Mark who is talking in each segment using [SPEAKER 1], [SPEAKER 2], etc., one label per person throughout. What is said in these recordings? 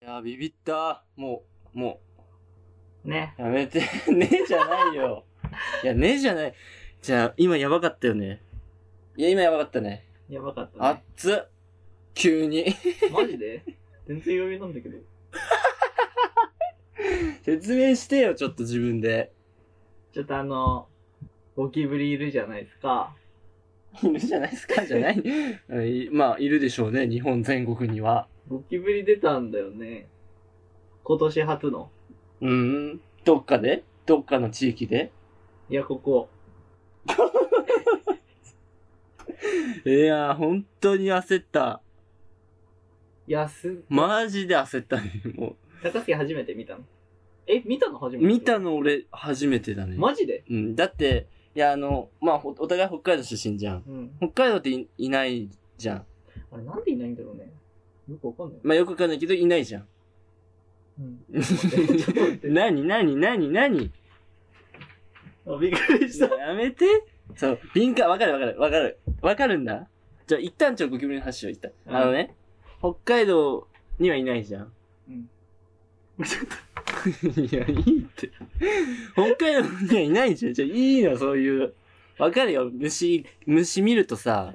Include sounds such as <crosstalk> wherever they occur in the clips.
[SPEAKER 1] やー、ビビった。もう、も
[SPEAKER 2] ね。
[SPEAKER 1] う、やめて。 <laughs> ねえじゃないよ。いや、ねえじゃない。じゃあ、今やばかったよね。いや、今やばかったね。
[SPEAKER 2] やばかった、ね。
[SPEAKER 1] 熱っ。急に。
[SPEAKER 2] <laughs> マジで全然余裕なんだけど。
[SPEAKER 1] <laughs> 説明してよ、ちょっと自分で。
[SPEAKER 2] ちょっとあの、ゴキブリいるじゃないですか。
[SPEAKER 1] いるじゃないです <laughs> か、じゃない。うんいまあ、いるでしょうね、日本全国には。
[SPEAKER 2] ゴキブリ出たんだよね。今年初の。
[SPEAKER 1] うーん。どっかでどっかの地域で
[SPEAKER 2] いや、ここ。
[SPEAKER 1] いやー、本当に焦った。
[SPEAKER 2] いや、す、
[SPEAKER 1] マジで焦ったね、も
[SPEAKER 2] 高杉初めて見たの。え、見たの初
[SPEAKER 1] う。
[SPEAKER 2] めて
[SPEAKER 1] 見たの俺、初めてだね。
[SPEAKER 2] マジで
[SPEAKER 1] うん、だって、いや、あの、まあ、ほお互い北海道出身じゃん。
[SPEAKER 2] うん。
[SPEAKER 1] 北海道っていいないじゃん。
[SPEAKER 2] あれ、なんでいないんだろうね。よくわかんない。
[SPEAKER 1] まあ、よくわかんないけど、いないじゃん。
[SPEAKER 2] うん。ちょっと待
[SPEAKER 1] <laughs>
[SPEAKER 2] ってちょっと待って。
[SPEAKER 1] なになになになに
[SPEAKER 2] あびっくりした。
[SPEAKER 1] やめて。そう、敏感、わかるわかるわかる。わかるんだ。じゃあ、一旦ちょ、ゴキブリの話を一旦。
[SPEAKER 2] うん
[SPEAKER 1] あのね、北海道にはいないじゃん。
[SPEAKER 2] うん。
[SPEAKER 1] <laughs> いや、いいって。北海道にはいないじゃん。じゃあ、いいの、そういう。わかるよ。虫、虫見るとさ、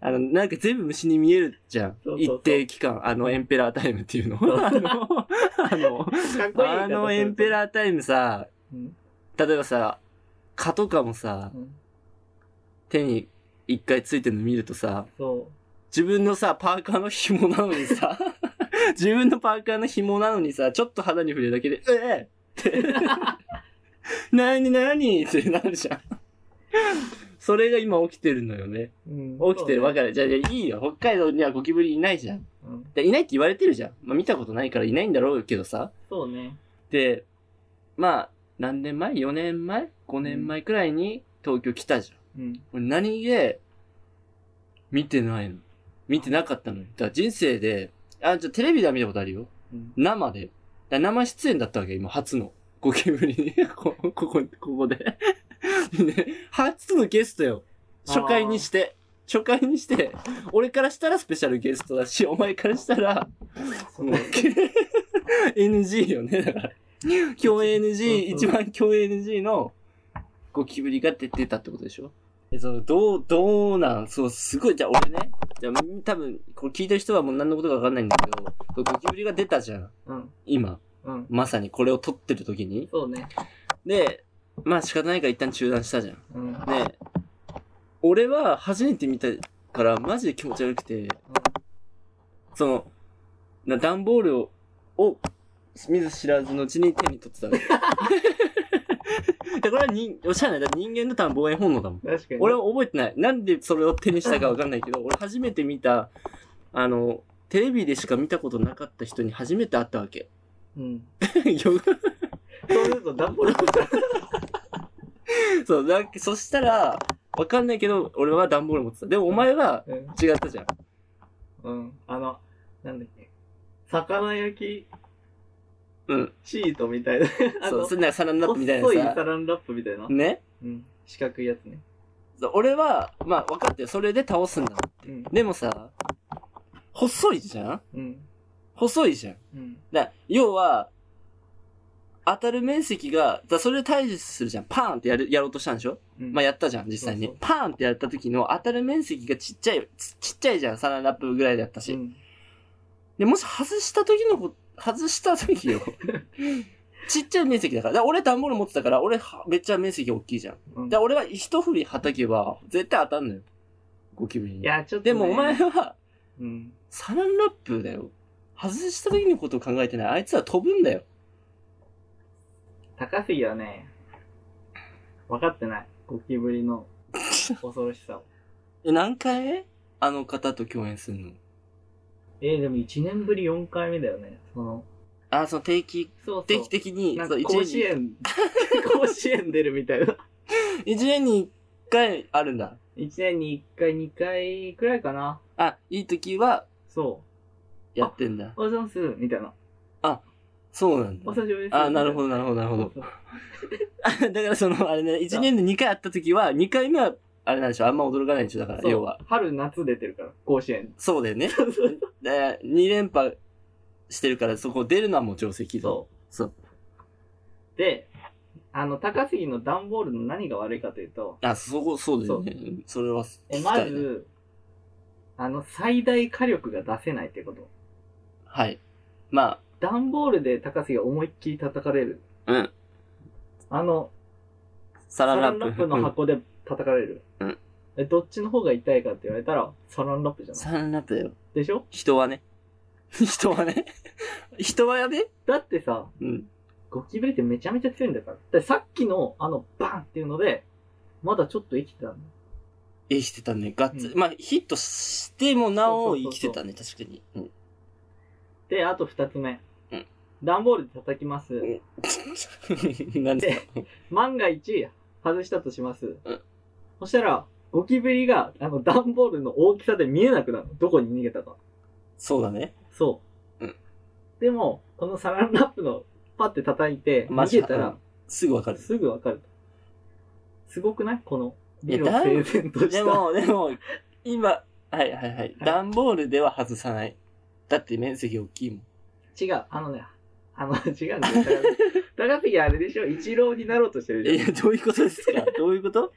[SPEAKER 1] あの、なんか全部虫に見えるじゃん。
[SPEAKER 2] そうそうそう
[SPEAKER 1] 一定期間、あの、エンペラータイムっていうの。あの、あの、
[SPEAKER 2] <laughs> かっこい
[SPEAKER 1] <laughs>
[SPEAKER 2] い
[SPEAKER 1] あのエンペ
[SPEAKER 2] ー。
[SPEAKER 1] ラータイムさ、
[SPEAKER 2] うん。
[SPEAKER 1] 例えばさ、蚊とかもさ
[SPEAKER 2] う、ん。
[SPEAKER 1] 手に一回ついてるの見るとさ、
[SPEAKER 2] そ
[SPEAKER 1] 自分のさ、パーカーの紐なのにさ、 <laughs> 自分のパーカーの紐なのにさ、ちょっと肌に触れるだけで、ええって。 <laughs> なになにってなるじゃん。それが今起きてるのよね。
[SPEAKER 2] う。うん
[SPEAKER 1] 起きてるわかる。じゃあ、じゃあいいよ。北海道にはゴキブリいないじゃん。
[SPEAKER 2] そうねうん。
[SPEAKER 1] でいないって言われてるじゃん。まあ、見たことないからいないんだろうけどさ。
[SPEAKER 2] そうね。
[SPEAKER 1] で、まあ、何年前 ?4 年前 ?5 年前くらいに東京来たじゃん。
[SPEAKER 2] うん。
[SPEAKER 1] 俺何気、見てないの。見てなかったのよ。だから人生で、あ、じゃあテレビでは見たことあるよ。
[SPEAKER 2] うん。
[SPEAKER 1] 生で。だから生出演だったわけ、今、初の。ゴキブリ <laughs> に、こ、ここ、ここで。 <laughs> ね、初のゲストよ。初回にして。初回にして、俺からしたらスペシャルゲストだし、お前からしたら、
[SPEAKER 2] そ
[SPEAKER 1] も
[SPEAKER 2] う
[SPEAKER 1] う <laughs> NG よね、だから。共 NG、
[SPEAKER 2] そう
[SPEAKER 1] 一
[SPEAKER 2] そう
[SPEAKER 1] 番共 NG のゴキブリが出てたってことでしょえ、その、どう、どうなんそう、すごい、じゃあ俺ね、じゃあ多分、これ聞いてる人はもう何のことかわかんないんだけど、ゴキブリが出たじゃん。
[SPEAKER 2] うん。
[SPEAKER 1] 今、
[SPEAKER 2] うん。
[SPEAKER 1] まさにこれを撮ってる時に。
[SPEAKER 2] そうね。
[SPEAKER 1] で、まあ仕方ないから一旦中断したじゃん。
[SPEAKER 2] うん。
[SPEAKER 1] で、俺は初めて見たから、マジで気持ち悪くて、その、な段ボールを、を、見ず知らずのうちに手に取って <laughs> たわけ。で、これは人、おしゃれない。だって人間の多分防衛本能だもん。
[SPEAKER 2] 確かに。
[SPEAKER 1] 俺は覚えてない。なんでそれを手にしたかわかんないけど、俺初めて見た、あの、テレビでしか見たことなかった人に初めて会ったわ <laughs> け。
[SPEAKER 2] うん。
[SPEAKER 1] よ
[SPEAKER 2] そうすると、ダンボール
[SPEAKER 1] そう、だそしたら、わかんないけど、俺は段ボール持ってた。でもお前は
[SPEAKER 2] うん。
[SPEAKER 1] 違ったじゃん。
[SPEAKER 2] うん。あの、なんだっけ。魚焼き
[SPEAKER 1] うん。
[SPEAKER 2] シートみたいな。
[SPEAKER 1] <laughs>
[SPEAKER 2] あ
[SPEAKER 1] そう、
[SPEAKER 2] の、
[SPEAKER 1] そんなサランラップみたいな
[SPEAKER 2] 細いサ
[SPEAKER 1] さ。
[SPEAKER 2] ランラップみたいな。
[SPEAKER 1] ね
[SPEAKER 2] うん。四角いやつね。
[SPEAKER 1] そう俺は、まあ分かってよ。それで倒すんだ。
[SPEAKER 2] うん。
[SPEAKER 1] でもさ、細いじゃん
[SPEAKER 2] うん。
[SPEAKER 1] 細いじゃん。
[SPEAKER 2] うん。
[SPEAKER 1] だ要は、当たる面積が、だそれで対峙するじゃん。パーンってやる、やろうとしたんでしょ
[SPEAKER 2] うん
[SPEAKER 1] まあ、やったじゃん、実際に。
[SPEAKER 2] そうそう
[SPEAKER 1] パーンってやった時の当たる面積がちっちゃい、ちちっちゃいじゃん、サランラップぐらいだったし。
[SPEAKER 2] うん。
[SPEAKER 1] で、もし外した時のこ、外した時
[SPEAKER 2] <laughs>
[SPEAKER 1] よ。ちっちゃい面積だから。だから俺段ボール持ってたから、俺はめっちゃ面積大きいじゃん。
[SPEAKER 2] うん
[SPEAKER 1] で、俺は一振りはたけば、絶対当たんのよ。ゴキブリ
[SPEAKER 2] い
[SPEAKER 1] に。
[SPEAKER 2] や、ちょっと、
[SPEAKER 1] で
[SPEAKER 2] ね。
[SPEAKER 1] もお前。は、
[SPEAKER 2] うん。
[SPEAKER 1] サランラップだよ。外した時のことを考えてない。あいつは飛ぶんだよ。
[SPEAKER 2] 高杉はね、分かってない。ゴキブリの恐ろしさを。
[SPEAKER 1] え、何回あの方と共演するの
[SPEAKER 2] えー、でも1年ぶり4回目だよね。その、
[SPEAKER 1] あ、その定期、
[SPEAKER 2] そうそう。
[SPEAKER 1] 定期的に、
[SPEAKER 2] なん
[SPEAKER 1] そ
[SPEAKER 2] か
[SPEAKER 1] う一
[SPEAKER 2] 甲子
[SPEAKER 1] 年 <laughs>
[SPEAKER 2] 園、甲子園出るみたいな。
[SPEAKER 1] に、一年に一回あるんだ。
[SPEAKER 2] 1年に1回、2回くらいかな。
[SPEAKER 1] あ、いい時は、
[SPEAKER 2] そ
[SPEAKER 1] やってんだ。
[SPEAKER 2] う。おはようございます。みたいな。
[SPEAKER 1] そうなん
[SPEAKER 2] お
[SPEAKER 1] だ。
[SPEAKER 2] 久しぶりです。
[SPEAKER 1] あ、なるほ
[SPEAKER 2] ど。
[SPEAKER 1] ど、なるほど、なるほど。
[SPEAKER 2] そう
[SPEAKER 1] だからその、あれ <laughs> ね、1年で2回会った時は、2回目は、あれなんでしょ、あんま驚かないんでしょ、だから、
[SPEAKER 2] そう
[SPEAKER 1] 要は。 <laughs>
[SPEAKER 2] 春、夏出てるから、甲子園。
[SPEAKER 1] そうだよね。で2連覇してるから、そこ出るのはもう定石だ。
[SPEAKER 2] そう。
[SPEAKER 1] そう。
[SPEAKER 2] で、あの、高杉の段ボールの何が悪いかというと、
[SPEAKER 1] あ、そこ、そうだよね。うんそれは聞
[SPEAKER 2] え、
[SPEAKER 1] き
[SPEAKER 2] ま
[SPEAKER 1] たいね、
[SPEAKER 2] ず、あの、最大火力が出せないってこと。
[SPEAKER 1] はい。ま
[SPEAKER 2] 段ボールで高杉が思いっきり叩かれる。
[SPEAKER 1] あ、うん。
[SPEAKER 2] あの、
[SPEAKER 1] サ
[SPEAKER 2] サ
[SPEAKER 1] ラン
[SPEAKER 2] ラ
[SPEAKER 1] ラ
[SPEAKER 2] ン
[SPEAKER 1] ッ
[SPEAKER 2] ラ
[SPEAKER 1] プ。
[SPEAKER 2] ップの箱で叩かれる。
[SPEAKER 1] うん
[SPEAKER 2] え、どっちの方が痛いかって言われたら、サランラップじゃ
[SPEAKER 1] うん
[SPEAKER 2] ない。
[SPEAKER 1] サランラップだよ。
[SPEAKER 2] でしょ
[SPEAKER 1] 人はね。 <laughs> 人はね。人はやで
[SPEAKER 2] だってさ、
[SPEAKER 1] うん。
[SPEAKER 2] ゴキブリってめちゃめちゃ強いんだから。でさっきの、あの、バンっていうので、まだちょっと生きてたの。
[SPEAKER 1] 生きてたね。ガッツ、
[SPEAKER 2] うん
[SPEAKER 1] まあ、ヒットしてもなお
[SPEAKER 2] そうそ
[SPEAKER 1] 生
[SPEAKER 2] うそう
[SPEAKER 1] き
[SPEAKER 2] そ
[SPEAKER 1] て
[SPEAKER 2] う
[SPEAKER 1] たね、確かに。うん。
[SPEAKER 2] で、あと二つ目。
[SPEAKER 1] うん
[SPEAKER 2] 段ボールで叩きます。
[SPEAKER 1] なんで
[SPEAKER 2] 万が一、外したとします。
[SPEAKER 1] うん
[SPEAKER 2] そしたら、ゴキブリが、あの、段ボールの大きさで見えなくなるの。どこに逃げたか。
[SPEAKER 1] そうだね。
[SPEAKER 2] そう。
[SPEAKER 1] うん
[SPEAKER 2] でも、このサランラップの、パって叩いて、
[SPEAKER 1] マ
[SPEAKER 2] 逃
[SPEAKER 1] ジ
[SPEAKER 2] げ
[SPEAKER 1] か
[SPEAKER 2] たら、
[SPEAKER 1] すぐわかる。
[SPEAKER 2] すぐわかる。すごくないこの、
[SPEAKER 1] いや
[SPEAKER 2] 理の整然とし
[SPEAKER 1] で
[SPEAKER 2] た。
[SPEAKER 1] も、でも、今、はいはいはい。段ボールでは外さない。だって面積大きいもん。
[SPEAKER 2] 違う、あのね、あの、 <laughs> 違うんだよ。高杉あれでしょ一郎になろうとしてる
[SPEAKER 1] え、
[SPEAKER 2] じゃん。
[SPEAKER 1] どういうことですかどういうこと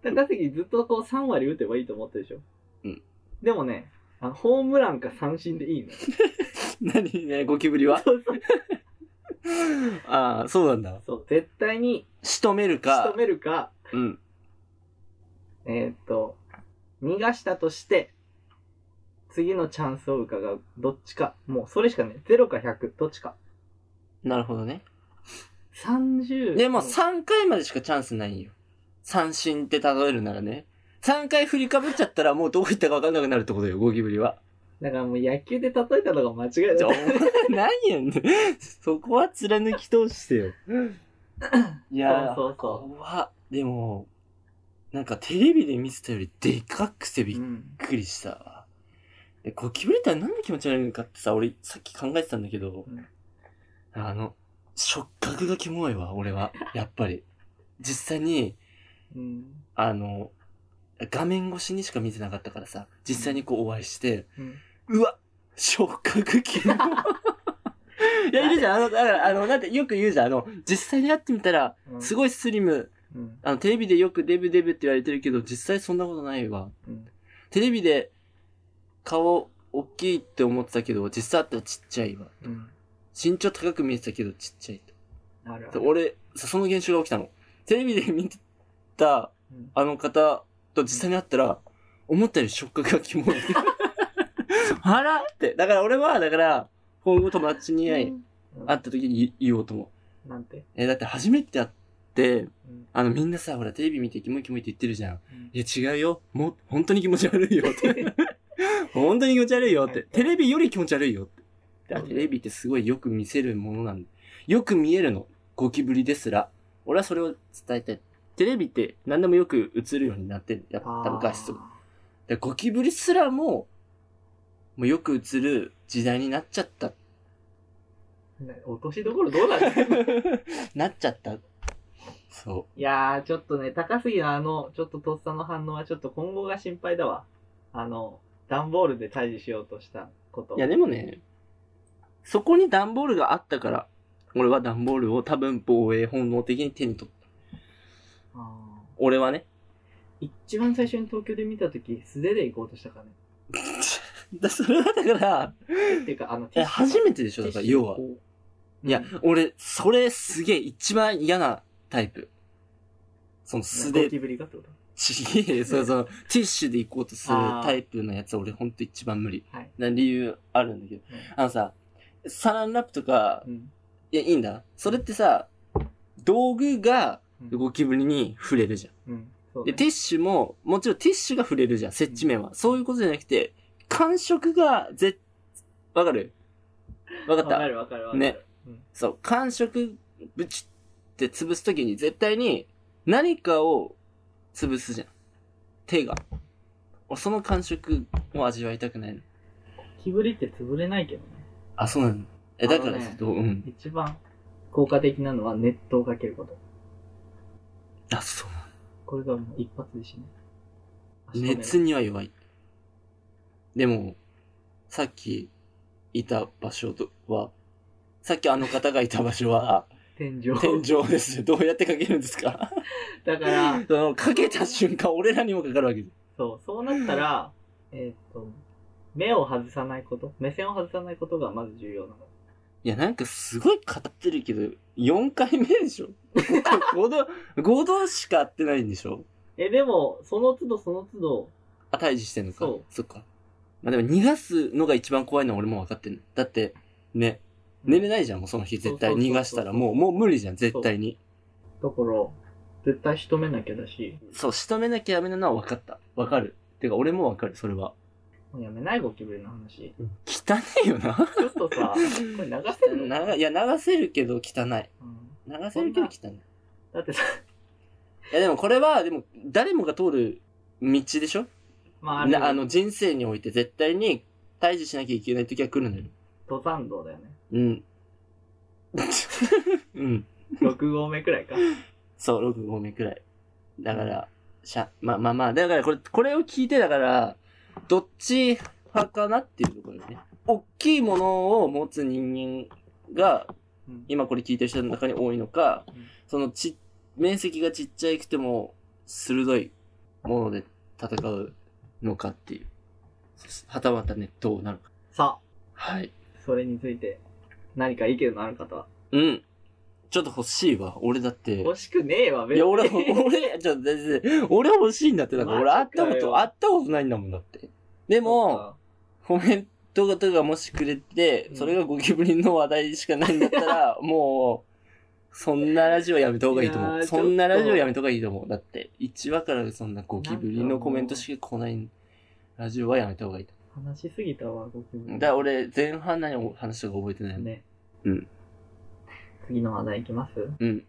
[SPEAKER 2] 高杉ずっとこう3割打てばいいと思ってるでしょ
[SPEAKER 1] うん。
[SPEAKER 2] でもね、あのホームランか三振でいい
[SPEAKER 1] <laughs>
[SPEAKER 2] の。
[SPEAKER 1] 何ね、ゴキブリは
[SPEAKER 2] そうそう
[SPEAKER 1] ああ、そうなんだ。
[SPEAKER 2] そう、絶対に
[SPEAKER 1] 仕留める
[SPEAKER 2] 仕留
[SPEAKER 1] か、
[SPEAKER 2] めるか、
[SPEAKER 1] うん。
[SPEAKER 2] えーっと、逃がしたとして、次のチャンスを伺う。どっちか。もうそれしかね、0か100、どっちか。
[SPEAKER 1] なるほどね。
[SPEAKER 2] 30。
[SPEAKER 1] でも
[SPEAKER 2] うん
[SPEAKER 1] 3回までしかチャンスないよ。三振って例えるならね。3回振りかぶっちゃったらもうどこ行ったか分かんなくなるってことよ、ゴキブリは。
[SPEAKER 2] だからもう野球で例えたのが間違い
[SPEAKER 1] じ
[SPEAKER 2] だ
[SPEAKER 1] ゃあ、お前 <laughs> 何やねん。そこは貫き通して
[SPEAKER 2] <coughs>
[SPEAKER 1] よ。いやー、
[SPEAKER 2] そうそうそう
[SPEAKER 1] 怖っでも、なんかテレビで見てたよりでかくてびっ
[SPEAKER 2] うん。
[SPEAKER 1] くりしたわ。でゴキブリってなんで気持ち悪いのかってさ、俺さっき考えてたんだけど、
[SPEAKER 2] うん
[SPEAKER 1] あの、触覚がキモいわ、俺は。やっぱり。実際に、
[SPEAKER 2] うん。
[SPEAKER 1] あの、画面越しにしか見てなかったからさ、実際にこうお会いして、
[SPEAKER 2] うん
[SPEAKER 1] うわ触覚機
[SPEAKER 2] <laughs>
[SPEAKER 1] 能いや、いるじゃん。あの、だから、あの、なんてよく言うじゃん。あの、実際に会ってみたら、
[SPEAKER 2] うん
[SPEAKER 1] すごいスリム。
[SPEAKER 2] うん。
[SPEAKER 1] あの、テレビでよくデブデブって言われてるけど、実際そんなことないわ。
[SPEAKER 2] うん。
[SPEAKER 1] テレビで顔大きいって思ってたけど、実際会ったらちっちゃいわ。
[SPEAKER 2] うん。
[SPEAKER 1] 身長高く見えてたけど、ちっちゃいと。
[SPEAKER 2] あるあ
[SPEAKER 1] で
[SPEAKER 2] る。
[SPEAKER 1] 俺、そその現象が起きたの。テレビで見てた
[SPEAKER 2] うん
[SPEAKER 1] あの方と実際に会ったら、思ったより触覚がキモい。あらって。だから俺は、だから、今後友達に会い
[SPEAKER 2] うん
[SPEAKER 1] 会った時に言言おうと思う。
[SPEAKER 2] なんて。
[SPEAKER 1] え、だって初めて会って、
[SPEAKER 2] うん
[SPEAKER 1] あのみんなさ、ほらテレビ見てキモいキモいって言ってるじゃん。
[SPEAKER 2] うん
[SPEAKER 1] いや違うよ。もう、本当に気持ち悪いよって。本当に気持ち悪いよって。テレビより気持ち悪いよって。だからテレビってすごいよく見せるものなんで。よく見えるの。ゴキブリですら。俺はそれを伝えたい。テレビって何でもよく映るようになってる。やっぱ多分画質とか。
[SPEAKER 2] あ
[SPEAKER 1] でゴキブリすらも、もうよく映る時代になっちゃ <laughs> った。
[SPEAKER 2] ーね落としどころどうなってんの
[SPEAKER 1] なっちゃった。そ
[SPEAKER 2] いやー、ちょっとね、高杉のあの、ちょっととっさの反応はちょっと今後が心配だわ。あの、段ボールで退治しようとしたこと。
[SPEAKER 1] う。いやでもね、そこに段ボールがあったから、俺は段ボールを多分防衛本能的に手に取った。
[SPEAKER 2] あ
[SPEAKER 1] 俺はね。
[SPEAKER 2] ー一番最初に東京で見たとき、素手で行こうとしたからね。
[SPEAKER 1] だ <laughs> それはだから、
[SPEAKER 2] っていうか、あの、
[SPEAKER 1] え初めてでしょだから要は。いや、俺、それすげえ一番嫌なタイプ。その素手
[SPEAKER 2] 素手。ゴキブリがってこと
[SPEAKER 1] ちげえよ、そうそう、ティッシュで行こうとするタイプのやつ俺ほんと一番無理。
[SPEAKER 2] はい
[SPEAKER 1] な理由あるんだけど。あのさ、サランラップとか
[SPEAKER 2] う、ん。
[SPEAKER 1] いや、いいんだ。それってさ、道具が
[SPEAKER 2] うん
[SPEAKER 1] ゴキブリに触れるじゃん。
[SPEAKER 2] うん。そう
[SPEAKER 1] で、
[SPEAKER 2] ね
[SPEAKER 1] ティッシュも、もちろんティッシュが触れるじゃん、接地面は。そういうことじゃなくて、感触が、ぜ、わかるわかっ
[SPEAKER 2] わか
[SPEAKER 1] た
[SPEAKER 2] るわかるわかる。
[SPEAKER 1] ね
[SPEAKER 2] うん。
[SPEAKER 1] そう、感触、ぶちって潰すときに絶対に何かを潰すじゃん。手が。俺その感触を味わいたくないの。
[SPEAKER 2] ゴキブリって潰れないけどね。
[SPEAKER 1] あ、そうなのえ、だから
[SPEAKER 2] あの
[SPEAKER 1] ち
[SPEAKER 2] ね
[SPEAKER 1] ょっと、うん。
[SPEAKER 2] 一番効果的なのは熱湯をかけること。
[SPEAKER 1] あ、そう。
[SPEAKER 2] これがもう一発で死ぬ。足止める
[SPEAKER 1] 熱には弱い。でも、さっき、いた場所とは、さっきあの方がいた場所 <laughs> は、
[SPEAKER 2] 天井。
[SPEAKER 1] 天井です。どうやってかけるんですか
[SPEAKER 2] だか
[SPEAKER 1] <laughs>
[SPEAKER 2] ら、
[SPEAKER 1] その、かけた瞬間、俺らにもかかるわけです。
[SPEAKER 2] そう、そうなったら、えっと、目を外さないこと、目線を外さないことがまず重要なの。
[SPEAKER 1] いや、なんかすごい語ってるけど、4回目で <laughs> しょ ?5 度、5度しか会ってないんでしょ
[SPEAKER 2] え、でも、その都度その都度、
[SPEAKER 1] あ、退治してんのか。
[SPEAKER 2] そう
[SPEAKER 1] っか。まあでも逃がすのが一番怖いのは俺も分かってんの。だって、ね、寝れないじゃん、もうその日絶対
[SPEAKER 2] そうそうそうそう
[SPEAKER 1] 逃がしたらもう、もう無理じゃん、絶対に。
[SPEAKER 2] だから、絶対仕留めなきゃだし、
[SPEAKER 1] そう、仕留めなきゃやめないのは分かった。分かる。てか俺も分かる、それは。
[SPEAKER 2] もうやめないゴキブリの話。
[SPEAKER 1] 汚いよな。
[SPEAKER 2] ちょっとさ、これ流せる
[SPEAKER 1] <laughs>
[SPEAKER 2] の、
[SPEAKER 1] ながいや、流せるけど汚い。
[SPEAKER 2] うん、
[SPEAKER 1] 流せるけど汚い。
[SPEAKER 2] だってさ、
[SPEAKER 1] いやでもこれは、でも誰もが通る道でしょ
[SPEAKER 2] まあ、あ
[SPEAKER 1] あ
[SPEAKER 2] れ
[SPEAKER 1] あの人生において絶対に退治しなきゃいけない時は来るのよ。
[SPEAKER 2] 登山道だよね。 <laughs>
[SPEAKER 1] うん。うん。
[SPEAKER 2] 6合目くらいか。
[SPEAKER 1] そう、6合目くらい。だから、しゃ、まあまあまあ、だからこれ、これを聞いてだから、どっち派かなっていうところよね。大きいものを持つ人間が、
[SPEAKER 2] うん
[SPEAKER 1] 今これ聞いてる人の中に多いのか
[SPEAKER 2] うん、
[SPEAKER 1] そのち、面積がちっちゃくても、鋭いもので戦うのかっていう。はたまたね、どうなるか。
[SPEAKER 2] さ
[SPEAKER 1] はい。
[SPEAKER 2] あ、それについて、何か意見のある方は。
[SPEAKER 1] うん。ちょっと欲しいわ。俺だって。
[SPEAKER 2] 欲しくねえわ、
[SPEAKER 1] いや、俺、
[SPEAKER 2] に
[SPEAKER 1] 俺、 <laughs> ちょ、全然、俺欲しいんだって、だから俺会
[SPEAKER 2] マ
[SPEAKER 1] っ
[SPEAKER 2] ジか
[SPEAKER 1] た
[SPEAKER 2] よ
[SPEAKER 1] こと、会ったことないんだもんだって。で
[SPEAKER 2] <laughs>
[SPEAKER 1] も、、コメントがとかもしくれて
[SPEAKER 2] う、ん
[SPEAKER 1] それがゴキブリの話題しかないんだった
[SPEAKER 2] <laughs>
[SPEAKER 1] ら、もう、そんなラジオやめた方がいいと
[SPEAKER 2] い
[SPEAKER 1] 思
[SPEAKER 2] や
[SPEAKER 1] う。
[SPEAKER 2] ー
[SPEAKER 1] そんな
[SPEAKER 2] ちょっと
[SPEAKER 1] ラジオやめた方がいいと思う。だって、1話からそんなゴキブリのコメントしか来ないラジオはやめた方がいいと
[SPEAKER 2] 話しすぎたわ、ゴキブ
[SPEAKER 1] 思
[SPEAKER 2] リ。
[SPEAKER 1] う。だから俺、前半何を話したか覚えてないもん。
[SPEAKER 2] ね。
[SPEAKER 1] うん。
[SPEAKER 2] 次の話題いきます
[SPEAKER 1] うん。